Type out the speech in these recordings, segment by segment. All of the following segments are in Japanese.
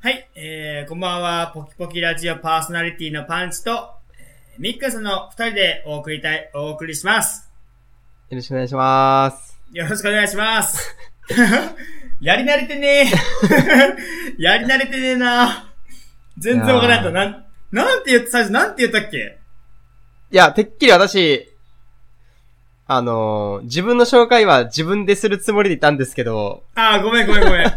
はい、えー、こんばんは、ポキポキラジオパーソナリティのパンチと、えーミックさんの二人でお送りたい、お送りします。よろしくお願いします。よろしくお願いし ます。やり慣れてねえ。 やり慣れてねえな全然わからんかった。いなん、なんて言った、最初なんて言ったっけいや、てっきり私、あのー自分の紹介は自分でするつもりでいたんですけど、あー、ごめんごめんご めん。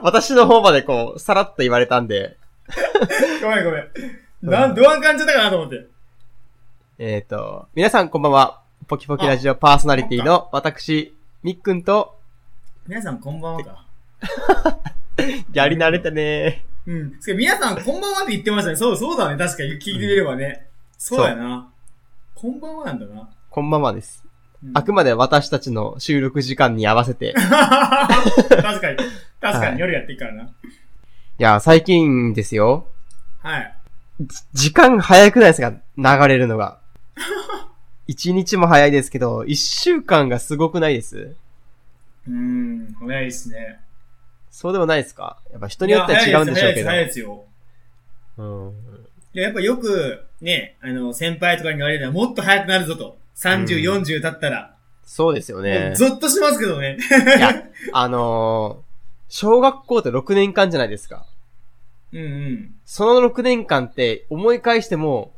私の方までこう、さらっと言われたんで、ごめんごめん。なん、どう感じゃったかなと思って。えっ、と、皆さんこんばんは。ポキポキラジオパーソナリティの私、みっくんと、皆さんこんばんはか。やり慣れたねうん。つうか皆さんこんばんはって言ってましたね。そう、そうだね。確かに聞いてみればね。そうやな。こんばんはなんだな。こんばんはです。うんあくまで私たちの収録時間に合わせて。 確かに。確かはにい夜やっていくからな。いや、最近ですよ。はい。時間早くないですか流れる のが。一日も早いですけど、一週間がすごくないですうーん、早いですね。そうでもないですかやっぱ人によっては違うんでしょうけいや早いですどよ。早いですようん。いや、やっぱよく、ね、あの、先輩とかに言われるのはもっと早くなるぞと。30、うん40経ったら。そうですよもねう。ゾッとしますけどね。 いや、あのー小学校って6年間じゃないですか。うんうん。その6年間って思い返しても、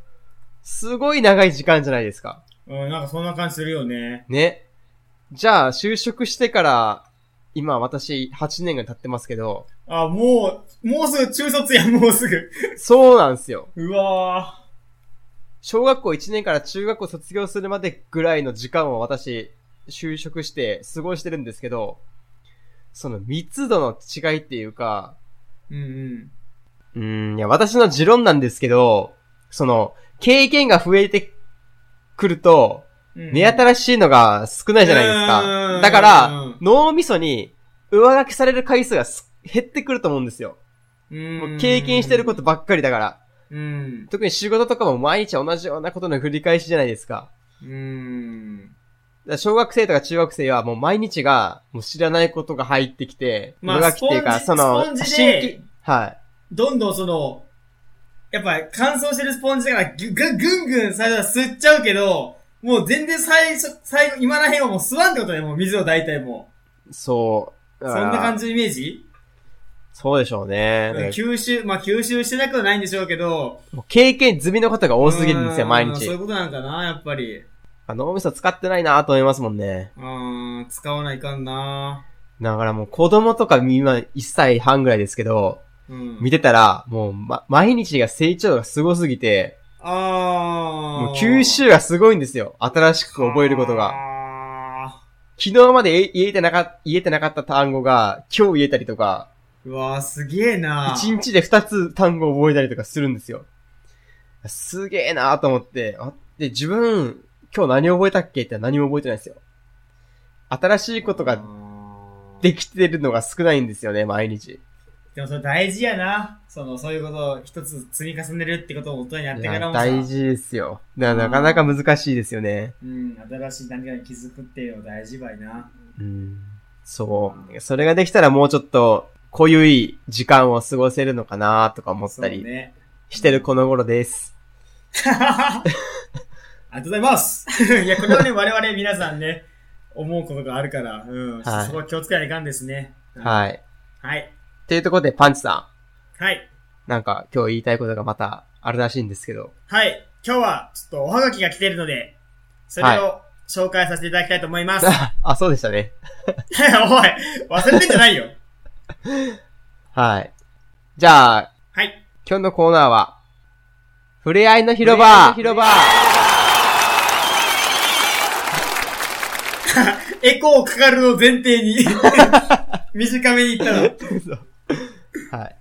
すごい長い時間じゃないですか。うん、なんかそんな感じするよね。ね。じゃあ、就職してから、今私8年が経ってますけど、あ、もう、もうすぐ中卒やん、もうすぐ。そうなんですよ。うわ小学校1年から中学校卒業するまでぐらいの時間を私、就職して過ごしてるんですけど、その密度の違いっていうか、ー。うんうん。うーん、いや、私の持論なんですけど、その、経験が増えてくると、うん目新しいのが少ないじゃないですうん。か。だから、脳みそに上書きされる回数がす減ってくると思うんですよ。もう経験してることとばっかりだから。うん。特に仕事とかも毎日同じようなことの繰り返しじゃないですか。うん。だから小学生とか中学生はもう毎日が、もう知らないことが入ってきて、まあ上書きっていうか、スポそンジの、スポンジで規、はい。どんどんその、やっぱ乾燥してるスポンジだから、ぐ、ぐ、ぐんぐん最初は吸っちゃうけど、もう全然最初、最後、今らへんはもう吸わんってことね、もう水を大体もそう。う。そんな感じじのイメージそうでしょうね。だから吸収、まあ吸収してなくはないんでしょうけど。もう経験済みのことが多すぎるんですよ、う毎そういう日。ことなんかな、やっぱり。あ脳みそ使ってないなと思いますもんね。うーん、使わないかんな。だからもう子供とか今1歳半ぐらいですけど、うん。見てたら、もう、ま、毎日が成長がすごすぎて、あー。もう吸収がすごいんですよ。新しく覚えることが。が。昨日まで言えてなか、言えてなかった単語が今日言えたりとか、うわー、すげえな。 1日で2つ単語を覚えたりとかするんですよ。すげえなと思って、あで、自分、今日何覚えたっけって何も覚えてないんですよ。新しいことができてるのが少ないんですよね、毎日。でもそれ大事やな。その、そういうことを一つ積み重ねるってことを大人になってからもさ。大。事ですよ。だからなかなか難しいですよね。うん、新しい何かに気づくっていうのは大事ばいな。うん。そう。それができたらもうちょっと、濃ゆい時間を過ごせるのかなとか思ったそうりね。 してるこの頃です。ありがとうございます いや、これはね、我々皆さんね、思うことがあるから、うん、はいそこは気をつけないといかんですね。い。はい。はい。っていうところでパンチさはい。ん、なんか今日言いたいことがまたあるらしいんですけど。はい。今日は、ちょっとおはがきが来てるので、それを紹介させていただきたいと思います。 あ、そうでしたね。おい、忘れてんじゃないよ。はい。じゃあ、はい。今日のコーナーは、ふれあいの広場広場 エコーかかるのを前提に、短めに言ったの。はい。はい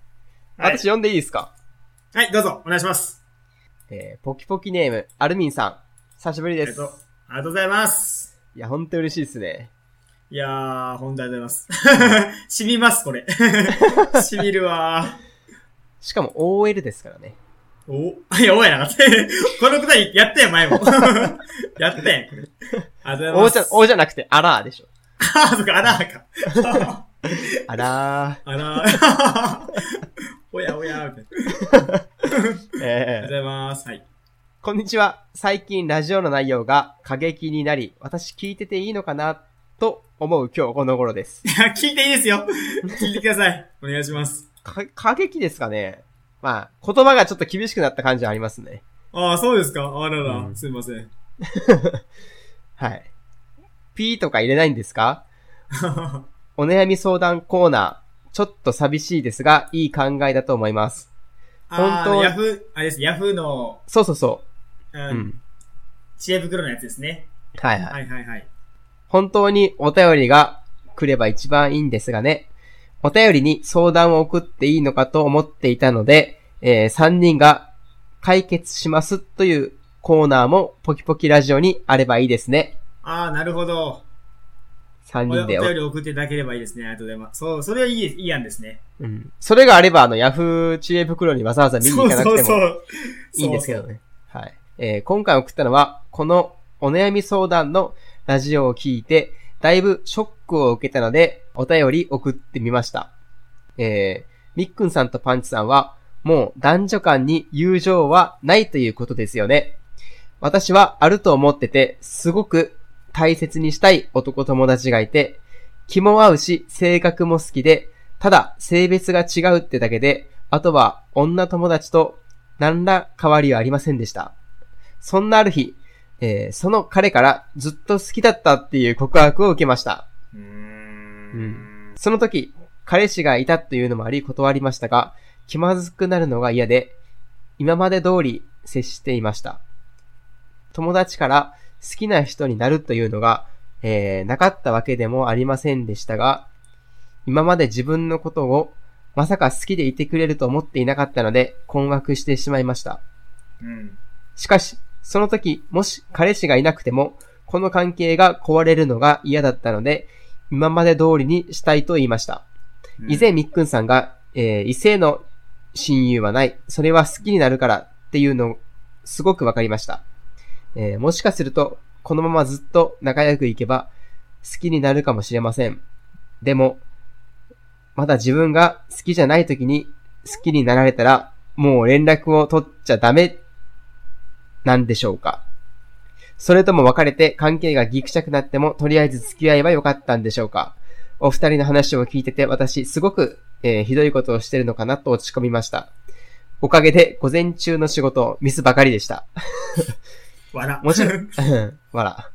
私、読んでいいですかはい、どうぞ、お願いします。えー、ポキポキネーム、アルミンさん。久しぶりえでっす。と、ありがとうございます。いや、ほんと嬉しいですね。いやー、本当ありがとうございます。 染みます、これ。染みるわしかも OL ですからね。ー。お、いや、おやなかった。 このくだりやったよ、前も。 やったやん、これ。ありがとうご O ざじいゃま、す。 O じゃなくて、アラーでしょ。あー、そっか、あらーか。 あらあらー。 おやおや、みたいな。ありがとうー。え ごーざいます。はい。こんにちは。最近ラジオの内容が過激になり、私聞いてていいのかなと思う今日この頃です。いや、聞いていいですよ。聞いてください。お願いします。か、過激ですかねまあ、言葉がちょっと厳しくなった感じはありますね。ああ、そうですかあらら、うんすいませ ん。はい。ピーとか入れないんですかお悩み相談コーナー。ちょっと寂しいですが、いい考えだと思います。あ本ー当ヤフー、あれです、ヤフーの、そうそうそうう。ん、うん。知恵袋のやつですね。はいはい。はいはいはい。本当にお便りが来れば一番いいんですがね。お便りに相談を送っていいのかと思っていたので、え3人が解決しますというコーナーもポキポキラジオにあればいいですね。ああ、なるほど。 3おお人でお便り送っていただければいいですね。ありがとうございます。そう、それはいいです、いい案ですね。うん。それがあれば、あの、ヤフー知恵袋にわざわざ見に行かなくてもう。いいんですけどね。はい。えー今回送ったのは、このお悩み相談のラジオを聞いて、だいぶショックを受けたので、お便り送ってみました。えーみっくんさんとパンチさんは、もう男女間に友情はないということですよね。私はあると思ってて、すごく大切にしたい男友達がいて、気も合うし、性格も好きで、ただ性別が違うってだけで、あとは女友達と何ら変わりはありませんでした。そんなある日、えーその彼からずっと好きだったっていう告白を受けました。うー。うんその時、彼氏がいたというのもあり断りましたが、気まずくなるのが嫌で、今まで通り接していました。友達から好きな人になるというのが、えーなかったわけでもありませんでしたが、今まで自分のことをまさか好きでいてくれると思っていなかったので困惑してしまいました。うん。しかし、その時、もし彼氏がいなくても、この関係が壊れるのが嫌だったので、今まで通りにしたいと言いました。うん以前、みっくんさんが、えー異性の親友はない。それは好きになるからっていうの、すごくわかりました。えーもしかすると、このままずっと仲良くいけば、好きになるかもしれません。でも、まだ自分が好きじゃない時に好きになられたら、もう連絡を取っちゃダメ、なんでしょうか。それとも別れて関係がギクシャクなっても、とりあえず付き合えばよかったんでしょうか。お二人の話を聞いてて、私、すごく、えーひどいことをしてるのかなと落ち込みました。おかげで、午前中の仕事、ミスばかりでした。 わら。もちろん。わら。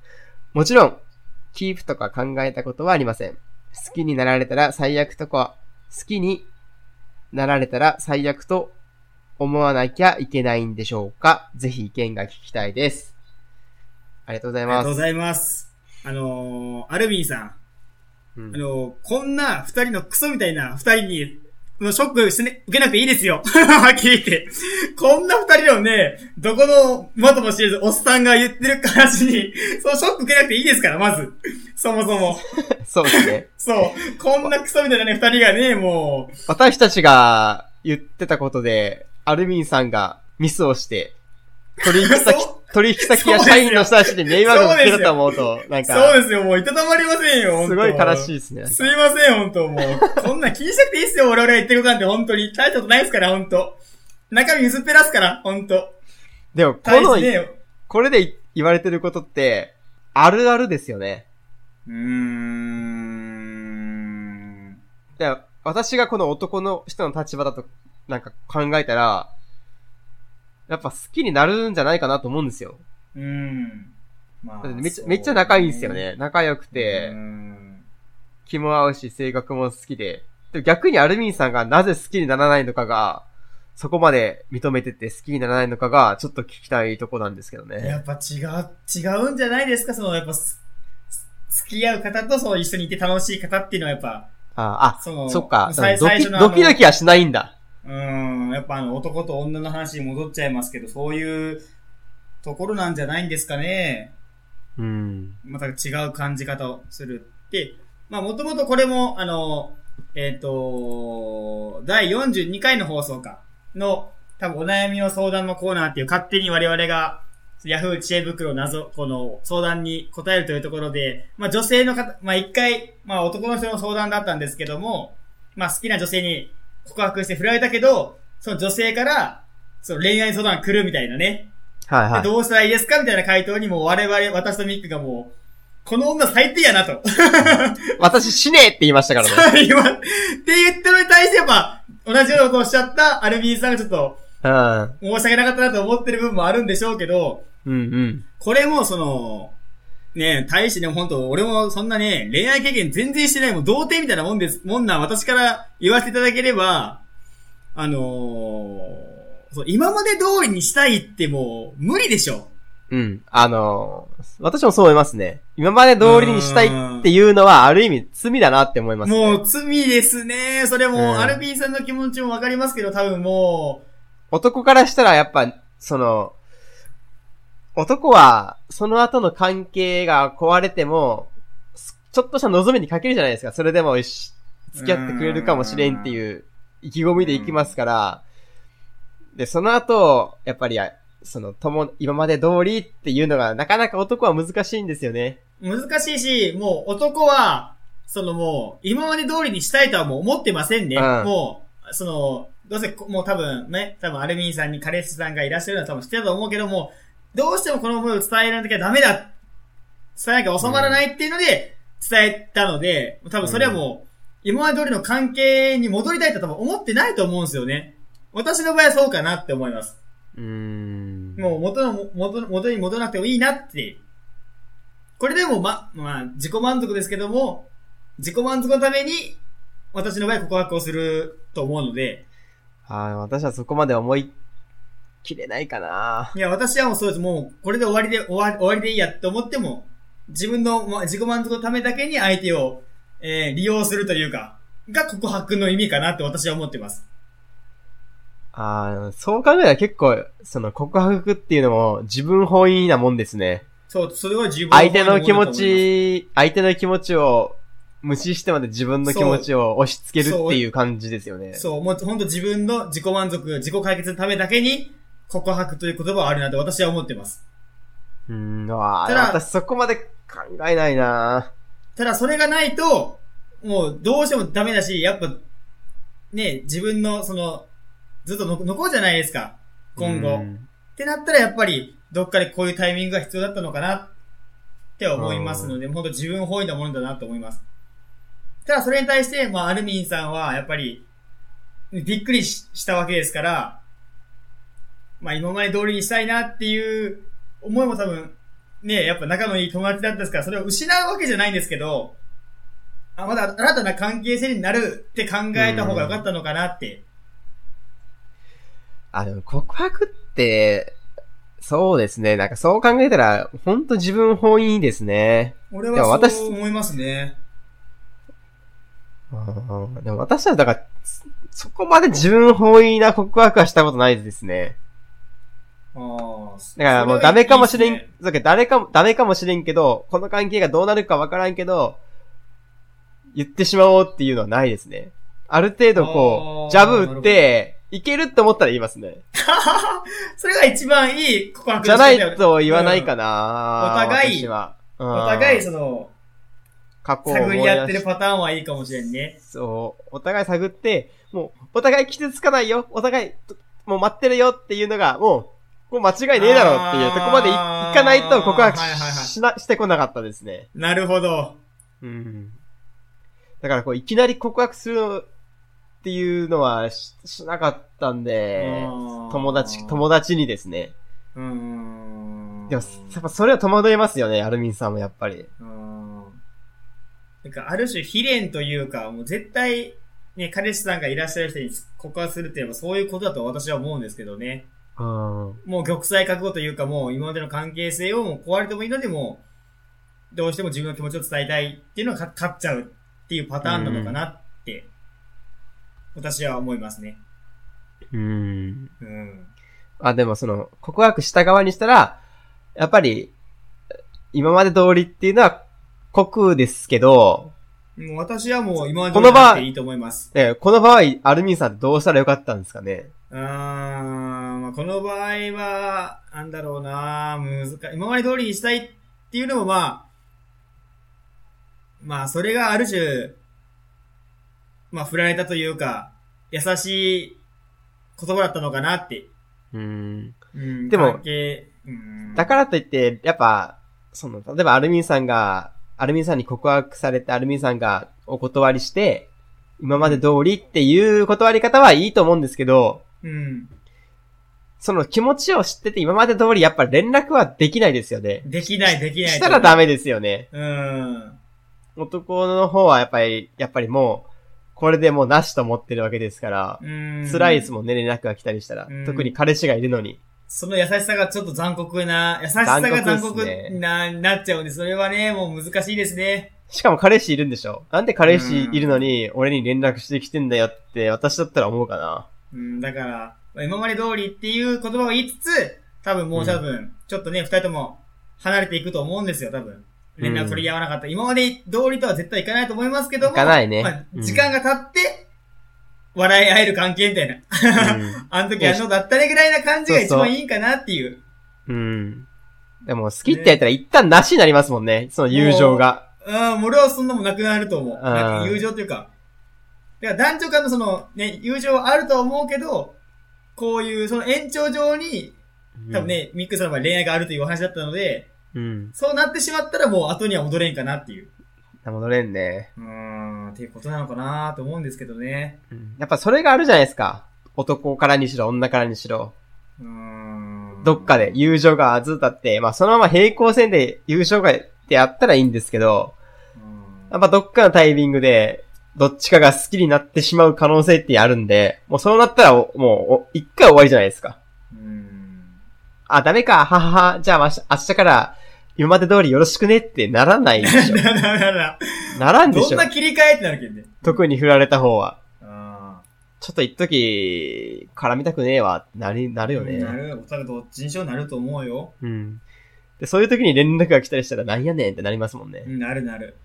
もちろん、キープとか考えたことはありません。好きになられたら最悪とか、好きになられたら最悪と思わなきゃいけないんでしょうかぜひ意見が聞きたいです。ありがとうございありがまとうすご。ざいます。あのー、アルビンさん。うんあの、こんな二人のクソみたいな二人に、もうショックしてね、受けなくていいですよ。 はっきり言って。こんな二人をね、どこの元も知れずおっさんが言ってる話に、そのショック受けなくていいですから、まず。そもそも。そうですね。そう。こんなクソみたいなね、二人がね、もう、私たちが言ってたことで、アルミンさんがミスをして、取引先 そ、取引先や社員の人たちに迷惑をかけると思うと、なんそか、うですよ、もういたたまりませんよ、すごい悲しいい。ですね。すいません、本当もう。こんなん気にしなくていいですよ、我々が言ってることなんて、本当に。大したことないですから、本当中身薄っぺらすから、本当でも、こ大の事、ねよ。これで言われてることって、あるあるですよね。うーん。だから私がこの男の人の立場だと、なんか考えたら、やっぱ好きになるんじゃないかなと思うんですよ。うん。まだってめっちゃ、めっちゃ仲いいんですよ。ね。仲良くそうねてう、ん気も合うし、性格も好きで。でも逆にアルミンさんがなぜ好きにならないのかが、そこまで認めてて好きにならないのかが、ちょっと聞きたいとこなんですけどやね。っぱ違う、違うんじゃないですかその、やっぱす、す付き合う方と、その、一緒にいて楽しい方っていうのは、やっぱ、あそあ、の、そっか。さいド最キ初のあのドキドキはしないんだ。うん、やっぱあの、男と女の話に戻っちゃいますけど、そういうところなんじゃないんですかね。うん。また違う感じ方をするって、まあもともとこれも、あの、えっ、と、第42回の放送か、の、多分お悩みの相談のコーナーっていう勝手に我々が、ヤフー知恵袋謎、この相談に答えるというところで、まあ女性の方、まあ一回、まあ男の人の相談だったんですけども、まあ好きな女性に告白して振られたけど、その女性から、その恋愛相談来るみたいなね。はいではい。どうしたらいいですかみたいな回答にもう我々、私とミックがもう、この女最低やなと。 私死ねえって言いましたからね。今、って言ったのに対してやっぱ、同じようなことをおっしゃったアルミンさんがちょっとうん。申し訳なかったなと思ってる部分もあるんでしょうけど、うんうん。これもその、ねえ、大してね、本当俺もそんなね、恋愛経験全然してない、もう童貞みたいなもんです、もんなん私から言わせていただければ、あのーそう、今まで通りにしたいってもう、無理でしょ。うん。あのー私もそう思いますね。今まで通りにしたいっていうのは、ある意味罪だなって思います、ね。もう、罪ですね。それも、うんアルピンさんの気持ちもわかりますけど、多分も男からしたらやっぱ、その、男は、その後の関係が壊れても、すちょっとした望みにかけるじゃないですか。それでも、よし付き合ってくれるかもしれんっていう意気込みでいきますから、で、その後、やっぱり、あその、とも、今まで通りっていうのが、なかなか男は難しいんですよね。う、難しいし、もう、男は、そのもう、今まで通りにしたいとはもう思ってませんね。うんもう、その、どうせ、こもう多分ね、多分アルミンさんに彼氏さんがいらっしゃるのは多分知ってたと思うけども、どうしてもこの思いを伝えられなきゃダメだ。伝えなきゃ収まらないっていうので、伝えたので、多分それはもう、今まで通りの関係に戻りたいと多分思ってないと思うんですよね。私の場合はそうかなって思います。うーん。もう元の、元の、元に戻らなくてもいいなって。これでもま、まあ、自己満足ですけども、自己満足のために、私の場合告白をすると思うので、あー私はそこまで思い、切れないかないや、私はもうそうです。もう、これで終わりで、終わり、終わりでいいやって思っても、自分の、まあ、自己満足のためだけに相手を、えー利用するというか、が告白の意味かなって私は思ってます。ああ、そう考えたら結構、その告白っていうのも自分本位なもんですね。そう、それは自分相手の気持本位ち、相手の気持ちを無視してまで自分の気持ちを押し付けるっていう感じですよねだ。と思いますそう、もう本当自分の自己満足、自己解決のためだけに、告白という言葉はあるなと私は思ってます。うーん、わただあ、私そこまで考えないなただそれがないと、もうどうしてもダメだし、やっぱ、ね、自分のその、ずっとの残るじゃないですか。今後。うっんてなったらやっぱり、どっかでこういうタイミングが必要だったのかなって思いますので、本当自分本位なものだなと思います。ただそれに対して、まあ、アルミンさんはやっぱり、びっくりししたわけですから、まあ今まで通りにしたいなっていう思いも多分、ね、やっぱ仲のいい友達だったですから、それを失うわけじゃないんですけど、あまだ新たな関係性になるって考えた方が良かったのかなって。あ、でも告白って、そうですね。なんかそう考えたら、ほんと自分本位ですね。俺いやは私そう思いますね。うんでも私はだから、そそこまで自分本位な告白はしたことないですね。あーだからもうダメかもしれん、そはいいですねそうか、誰かも、ダメかもしれんけど、この関係がどうなるかわからんけど、言ってしまおうっていうのはないですね。ある程度あこーう、ジャブ打って、いけるって思ったら言いますね。 それが一番いい告白じゃないと言わないかな。な、うんお互い私は。おお互いその、過去を思探いり合って出るしパターンはいいかもしれんね。そう、お互い探って、もう、お互い傷つかないよ、お互い、ともう待ってるよっていうのが、もう、もう間違いねえだろうっていうあーとこまでいいかないと告白し,、はいはいはいな、してこなかったですね。なるほど。うん。だからこう、いきなり告白するのっていうのはししなかったんで、友友達、友達にですね。うーん。でも、やっぱそれは戸惑いますよね、アルミンさんもやっぱり。うーん。なんか、ある種、非恋というか、もう絶対、ね、彼氏さんがいらっしゃる人に告白するって言えばそういうことだと私は思うんですけどね。うん。もう玉砕覚悟というか、もう今までの関係性をもう壊れてもいいので、もう、どうしても自分の気持ちを伝えたいっていうのが勝勝っちゃうっていうパターンなのかなって、私は思いますね。うん。うん。あ、でもその、告白した側にしたら、やっぱり、今まで通りっていうのは、酷ですけど、もう私はもう今までこの場やっていいと思います。えこの場合、アルミンさんってどうしたらよかったんですかねうーんまあこの場合は、なんだろうな難しい。今まで通りにしたいっていうのもまあ、まあ、それがある種、まあ、振られたというか、優しい言葉だったのかなって。うん。うん。でも関係、うん。だからといって、やっぱ、その、例えばアルミンさんが、アルミンさんに告白されて、アルミンさんがお断りして、今まで通りっていう断り方はいいと思うんですけど、うん。その気持ちを知ってて今まで通りやっぱ連絡はできないですよね。できない、できない。したらダメですよね。うん。男の方はやっぱり、やっぱりもう、これでもうなしと思ってるわけですから、うん。辛いですもんね、連絡が来たりしたらうん。特に彼氏がいるのに。その優しさがちょっと残酷な、優しさが残残酷酷な、っすねなっちゃうんで、それはね、もう難しいですね。しかも彼氏いるんでしょなんで彼氏いるのに、俺に連絡してきてんだよって、私だったら思うかな。うん、だから、今まで通りっていう言葉を言いつつ、多分もう多分、ちょっとね、二人とも離れていくと思うんですよ、多分。連絡取り合わなかった。今まで通りとは絶対いかないと思いますけども。いかないねまうあ、ん時間が経って、笑い合える関係みたいな。あの時あのだったねぐらいな感じが一そうそう番いいんかなっていう。うん。うん。でも、好きってやったら一旦なしになりますもんね、その友情が。うん、俺はそんなもんなくなると思う。んなんか友情というか。だから男女間のその、ね、友情はあるとは思うけど、こういう、その延長上に、多分ね、ミックさんの場合恋愛があるというお話だったので、うん。うん。そうなってしまったらもう後には戻れんかなっていう。戻れんね。うーん、っていうことなのかなと思うんですけどね。うんやっぱそれがあるじゃないですか。男からにしろ、女からにしろ。うーん。どっかで。友情がずっとあって、まあそのまま平行線で友情がってあったらいいんですけど、うんやっぱどっかのタイミングで、どっちかが好きになってしまう可能性ってあるんで、もうそうなったらお、もうお、一回終わりじゃないですか。うん。あ、ダメか、ははは、じゃあ明日、明日から、今まで通りよろしくねってならない でしょ。だから、だからならんでどしんょ。な切り替えってなるけんね。特に振られた方は。ああ。ちょっと一時、絡みたくねえわ、なり、なるよね。なる。おそらくどっちにしろなると思うよ。うん。で、そういう時に連絡が来たりしたらなんやねんってなりますもんねう。ん、なるなる。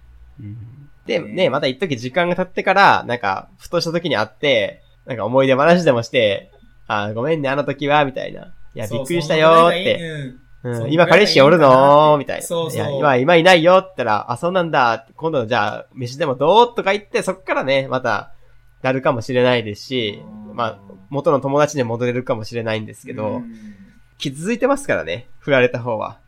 で、ねね、また一時時間が経ってから、なんか、ふとした時に会って、なんか思い出話でもして、あーごめんね、あの時は、みたいな。いや、そうびっくりしたよーそっのて。ぐらいがいいうんうんそう今彼氏おるのーみたいな。そうそういや、今、今いないよって言ったら、あ、そうなんだ。今度じゃあ、飯でもどうとか言って、そっからね、また、なるかもしれないですし、まあ、元の友達に戻れるかもしれないんですけど、うん傷ついてますからね、振られた方は。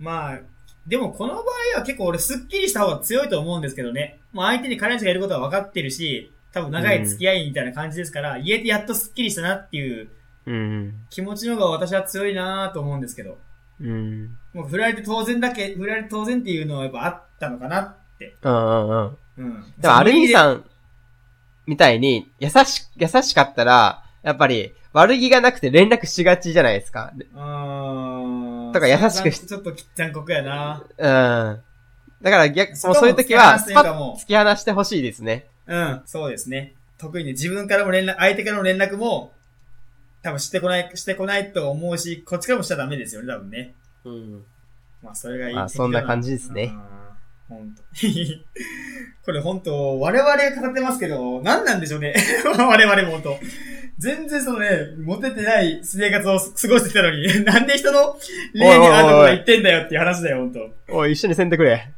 まあ、でもこの場合は結構俺スッキリした方が強いと思うんですけどね。まあ相手に彼氏がいることは分かってるし、多分長い付き合いみたいな感じですから、言えてやっとスッキリしたなっていううん。気持ちの方が私は強いなと思うんですけど。うん。もう振られて当然だけ、振られて当然っていうのはやっぱあったのかなって。うんうんうん。うん。でも、アルミん。さんみたいに、優し、優しかったら、やっぱり、悪気がなくて連絡しがちじゃないですか。であーとか優しくしちょっと残酷やなうん。だから逆、そもこうもそういう時は、突スき放すとパいうかもッうと突き放してほしいですね。うん、そうですね。特にね、自分からも連絡、相手からの連絡も、多分してこない、してこないと思うし、こっちからもしちゃダメですよね、多分ね。うん。まあ、それがいい。まあそんな感じですねうん。本当 これ本当我々語ってますけど、何なんでしょうね。 我々も本当全然そのね、モテてない生活を過ごしてたのに、なんで人の恋愛にあるとこ言ってんだよっていう話だよ、本当おい、一緒にせんでくれ。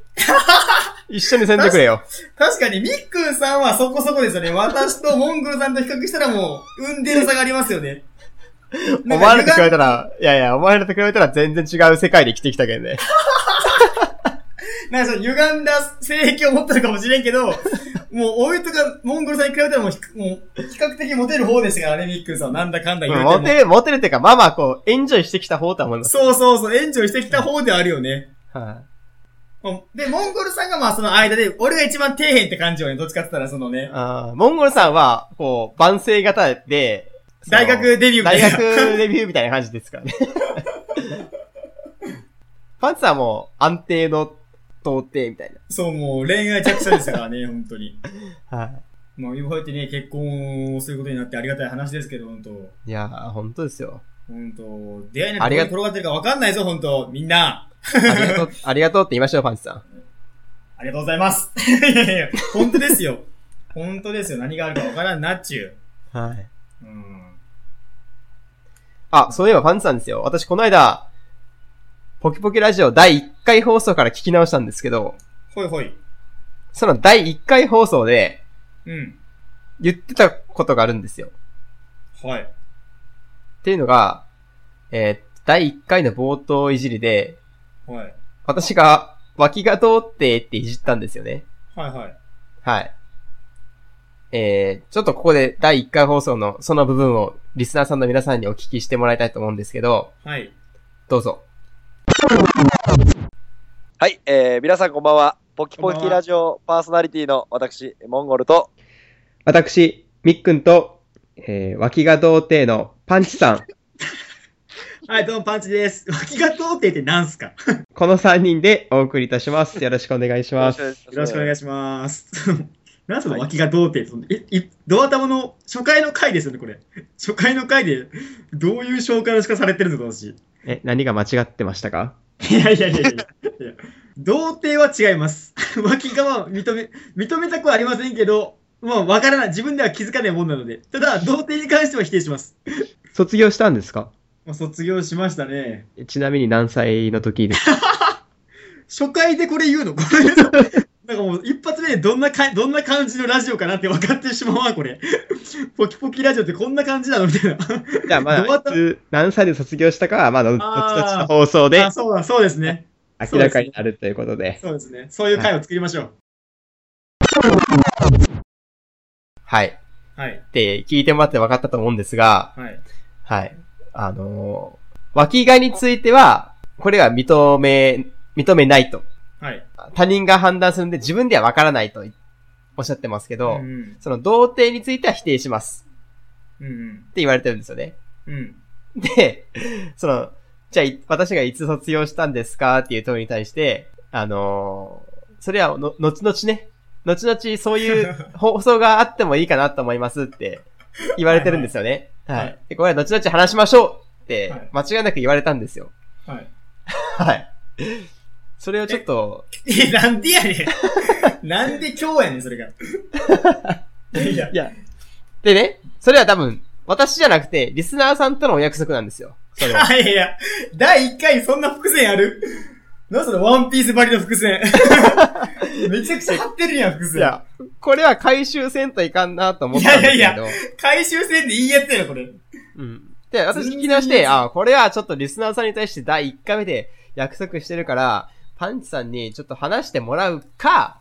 一緒にせんでくれよ。確かに、みっくんさんはそこそこですよね。私とモンゴルさんと比較したらもう、運転の差がありますよ ね。思われるて比べたら、いやいや、思われて比べたら全然違う世界で生きてきたけどね。なんかその歪んだ性癖を持ってるかもしれんけど、もう、おいとかモンゴルさんに比べたらもうひ、もう、比較的モテる方でしたからね、みっくんさん。なんだかんだ言うても。モテる、モテるっていうか、まあまあ、こう、エンジョイしてきた方とは思います。そうそうそう、エンジョイしてきた方ではあるよね。はうんで、モンゴルさんがまあその間で、俺が一番底辺って感じよね。どっちかって言ったらそのい。ね、あーモンゴルさんは、こう、万世型で、その大学デビューみた大いな。学レビューみたいな感じで すからね。パンツはもう安定の到底みたいそう、もう恋愛弱者でしたからね、本当に。な。はまあ、今こうやってね、結婚をすることになってありがたい話ですけど、本当い。いやー、本当ですよ。本当出会いのありがに転がってるか分かんないぞ、本当みんな。あり がとう、ありがとうって言いましょう、パンツさん。ありがとうございます。 いやいやいや、本当ですよ。本当ですよ。何があるか分からんなっちゅはい。う。うん。あ、そういえばパンツさんですよ。私この間、ポキポキラジオ第1回放送から聞き直したんですけど、ほいほい。その第1回放送で、うん。言ってたことがあるんですよ。はい。っていうのが、えー第1回の冒頭いじりで、はい。私が脇が通ってっていじったんですよね。はいはい。はい。えー、ちょっとここで第1回放送のその部分をリスナーさんの皆さんにお聞きしてもらいたいと思うんですけど、はい。どうぞ。はい、えー、皆さんこんばんは。ポキポこんばんキはラジオパーソナリティの私、モンゴルと、私、みっくんと、えー、脇が童貞のパンチさん、はい、どうもパンチです。脇が通ってってなんすかこの3人でお送りいたします。よろしくお願いします。よよろしくお願いしします。 なんすか脇がどうって、そのえ、い、ドアタマの初回の回ですよね、これ。初回の回で、どういう紹介の仕方されてるのか、私。え、何が間違ってましたかいやいやいやいやいや。童貞は違います。 脇がは認め、認めたくはありませんけど、まあ、わからない。自分では気づかないもんなので。ただ、童貞に関しては否定します。卒業したんですかまあ、卒業しましたね。ちなみに何歳の時です か初回でこれ言うのこ れ。なんかもう一発目でどんなかどんな感じのラジオかなって分かってしまうわ、これ。 ポキポキラジオってこんな感じなのみたいな。じゃあまどうだあ、ったいつ何歳で卒業したかは、まあ、後々の放送 であそうだ、そうですね。明らかになるということで。そうですね。そういう回を作りましょう。はい。はい。って聞いてもらって分かったと思うんですが、はい。はい。あのー脇がについては、これは認め、認めないと。はい。他人が判断するんで自分では分からないとおっしゃってますけど、ん。その童貞については否定しますうんって言われてるんですよね。うん。うん。で、その、じゃあい私がいつ卒業したんですかっていう問いに対して、あのーそれはの、後々ね、後々そういう 放送があってもいいかなと思いますって言われてるんですよね。いははいい。で、これは後々話しましょうってはい、間違いなく言われたんですよ。はい。はい。それをちょっと、え、なんでやね ん。なんで今日やねん、それが。いやい、や、でね、それは多分、私じゃなくて、リスナーさんとのお約束なんですよ。それは。いやいや、第1回にそんな伏線あるなんそれ、ワンピースばりの伏 線。めちゃくちゃ張ってるやん、伏い線。や、これは回収せんといかんなと思ったんですけど。いやいや回収戦でいいやつやろ、これ。うん。で、私聞き直して、あ、これはちょっとリスナーさんに対して第1回目で約束してるから、パンチさんにちょっと話してもらうか、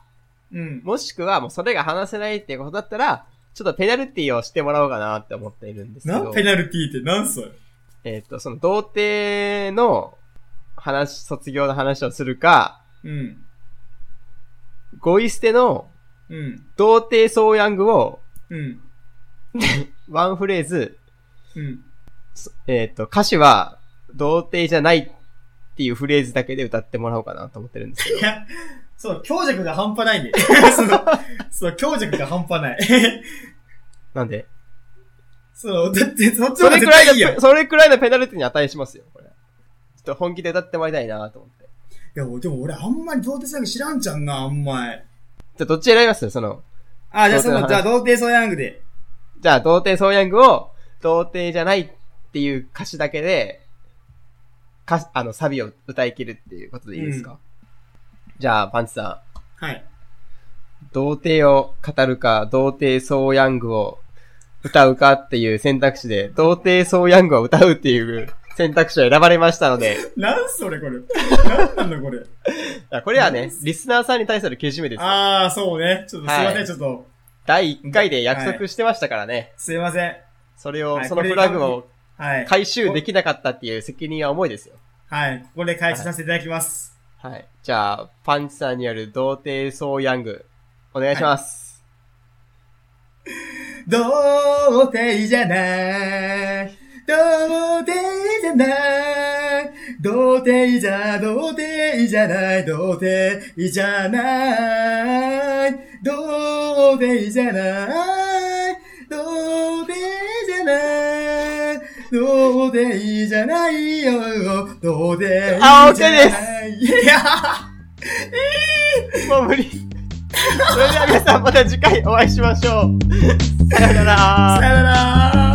うん。もしくはもうそれが話せないっていうことだったら、ちょっとペナルティーをしてもらおうかなって思っているんですけなどペ、ナルティーってなんそれえっ、と、その童貞の話、卒業の話をするか、うん。ゴイ捨てのうん。童貞ソーヤングをうん。ワンフレーズ、うん。えっ、と、歌詞は童貞じゃないっていうフレーズだけで歌ってもらおうかなと思ってるんですけどいや、そう、強弱が半端ないんで。 その、そう、強弱が半端ない。 なんでそう、だって、そっちの方がそれ絶くらい対いのいやん。いペ、それくらいのペナルティに値しますよ、これ。ちょっと本気で歌ってもらいたいなと思って。や、でも俺あんまり童貞ソヤング知らんじゃんな、あんまり。じゃあ、どっち選びますその、あ、じゃあ童貞そのの、話じゃあ童貞ソヤングで。じゃあ、童貞ソーヤングを、童貞じゃないっていう歌詞だけで、歌詞、あの、サビを歌い切るっていうことでいいですか、じゃあ、パンチさはい。ん、童貞を語るか、童貞ソーヤングを歌うかっていう選択肢で、童貞ソーヤングを歌うっていう選択肢を選ばれましたので、なんそれこ れ。なんなんだこれ。いやこれはね、リスナーさんに対するけじめですよ。ああ、そうね。ちょっとすいません、はいちょっと。第1回で約束してましたからね。すいません。それを、はいそのフラグをはい。回収できなかったっていう責任は重いですよ。はい。ここで開始させていただきます。はい。じゃあ、パンチさんによる童貞ソーヤング、お願いします。童貞じゃない。童貞じゃない。童貞じゃ、童貞じゃない。童貞じゃない。童貞じゃない。童貞じゃない。童貞じゃないよ。童貞じゃない。あ OK ですすいやもう無理。 それでは皆さんまた次回お会いしましょう。さよならさよなら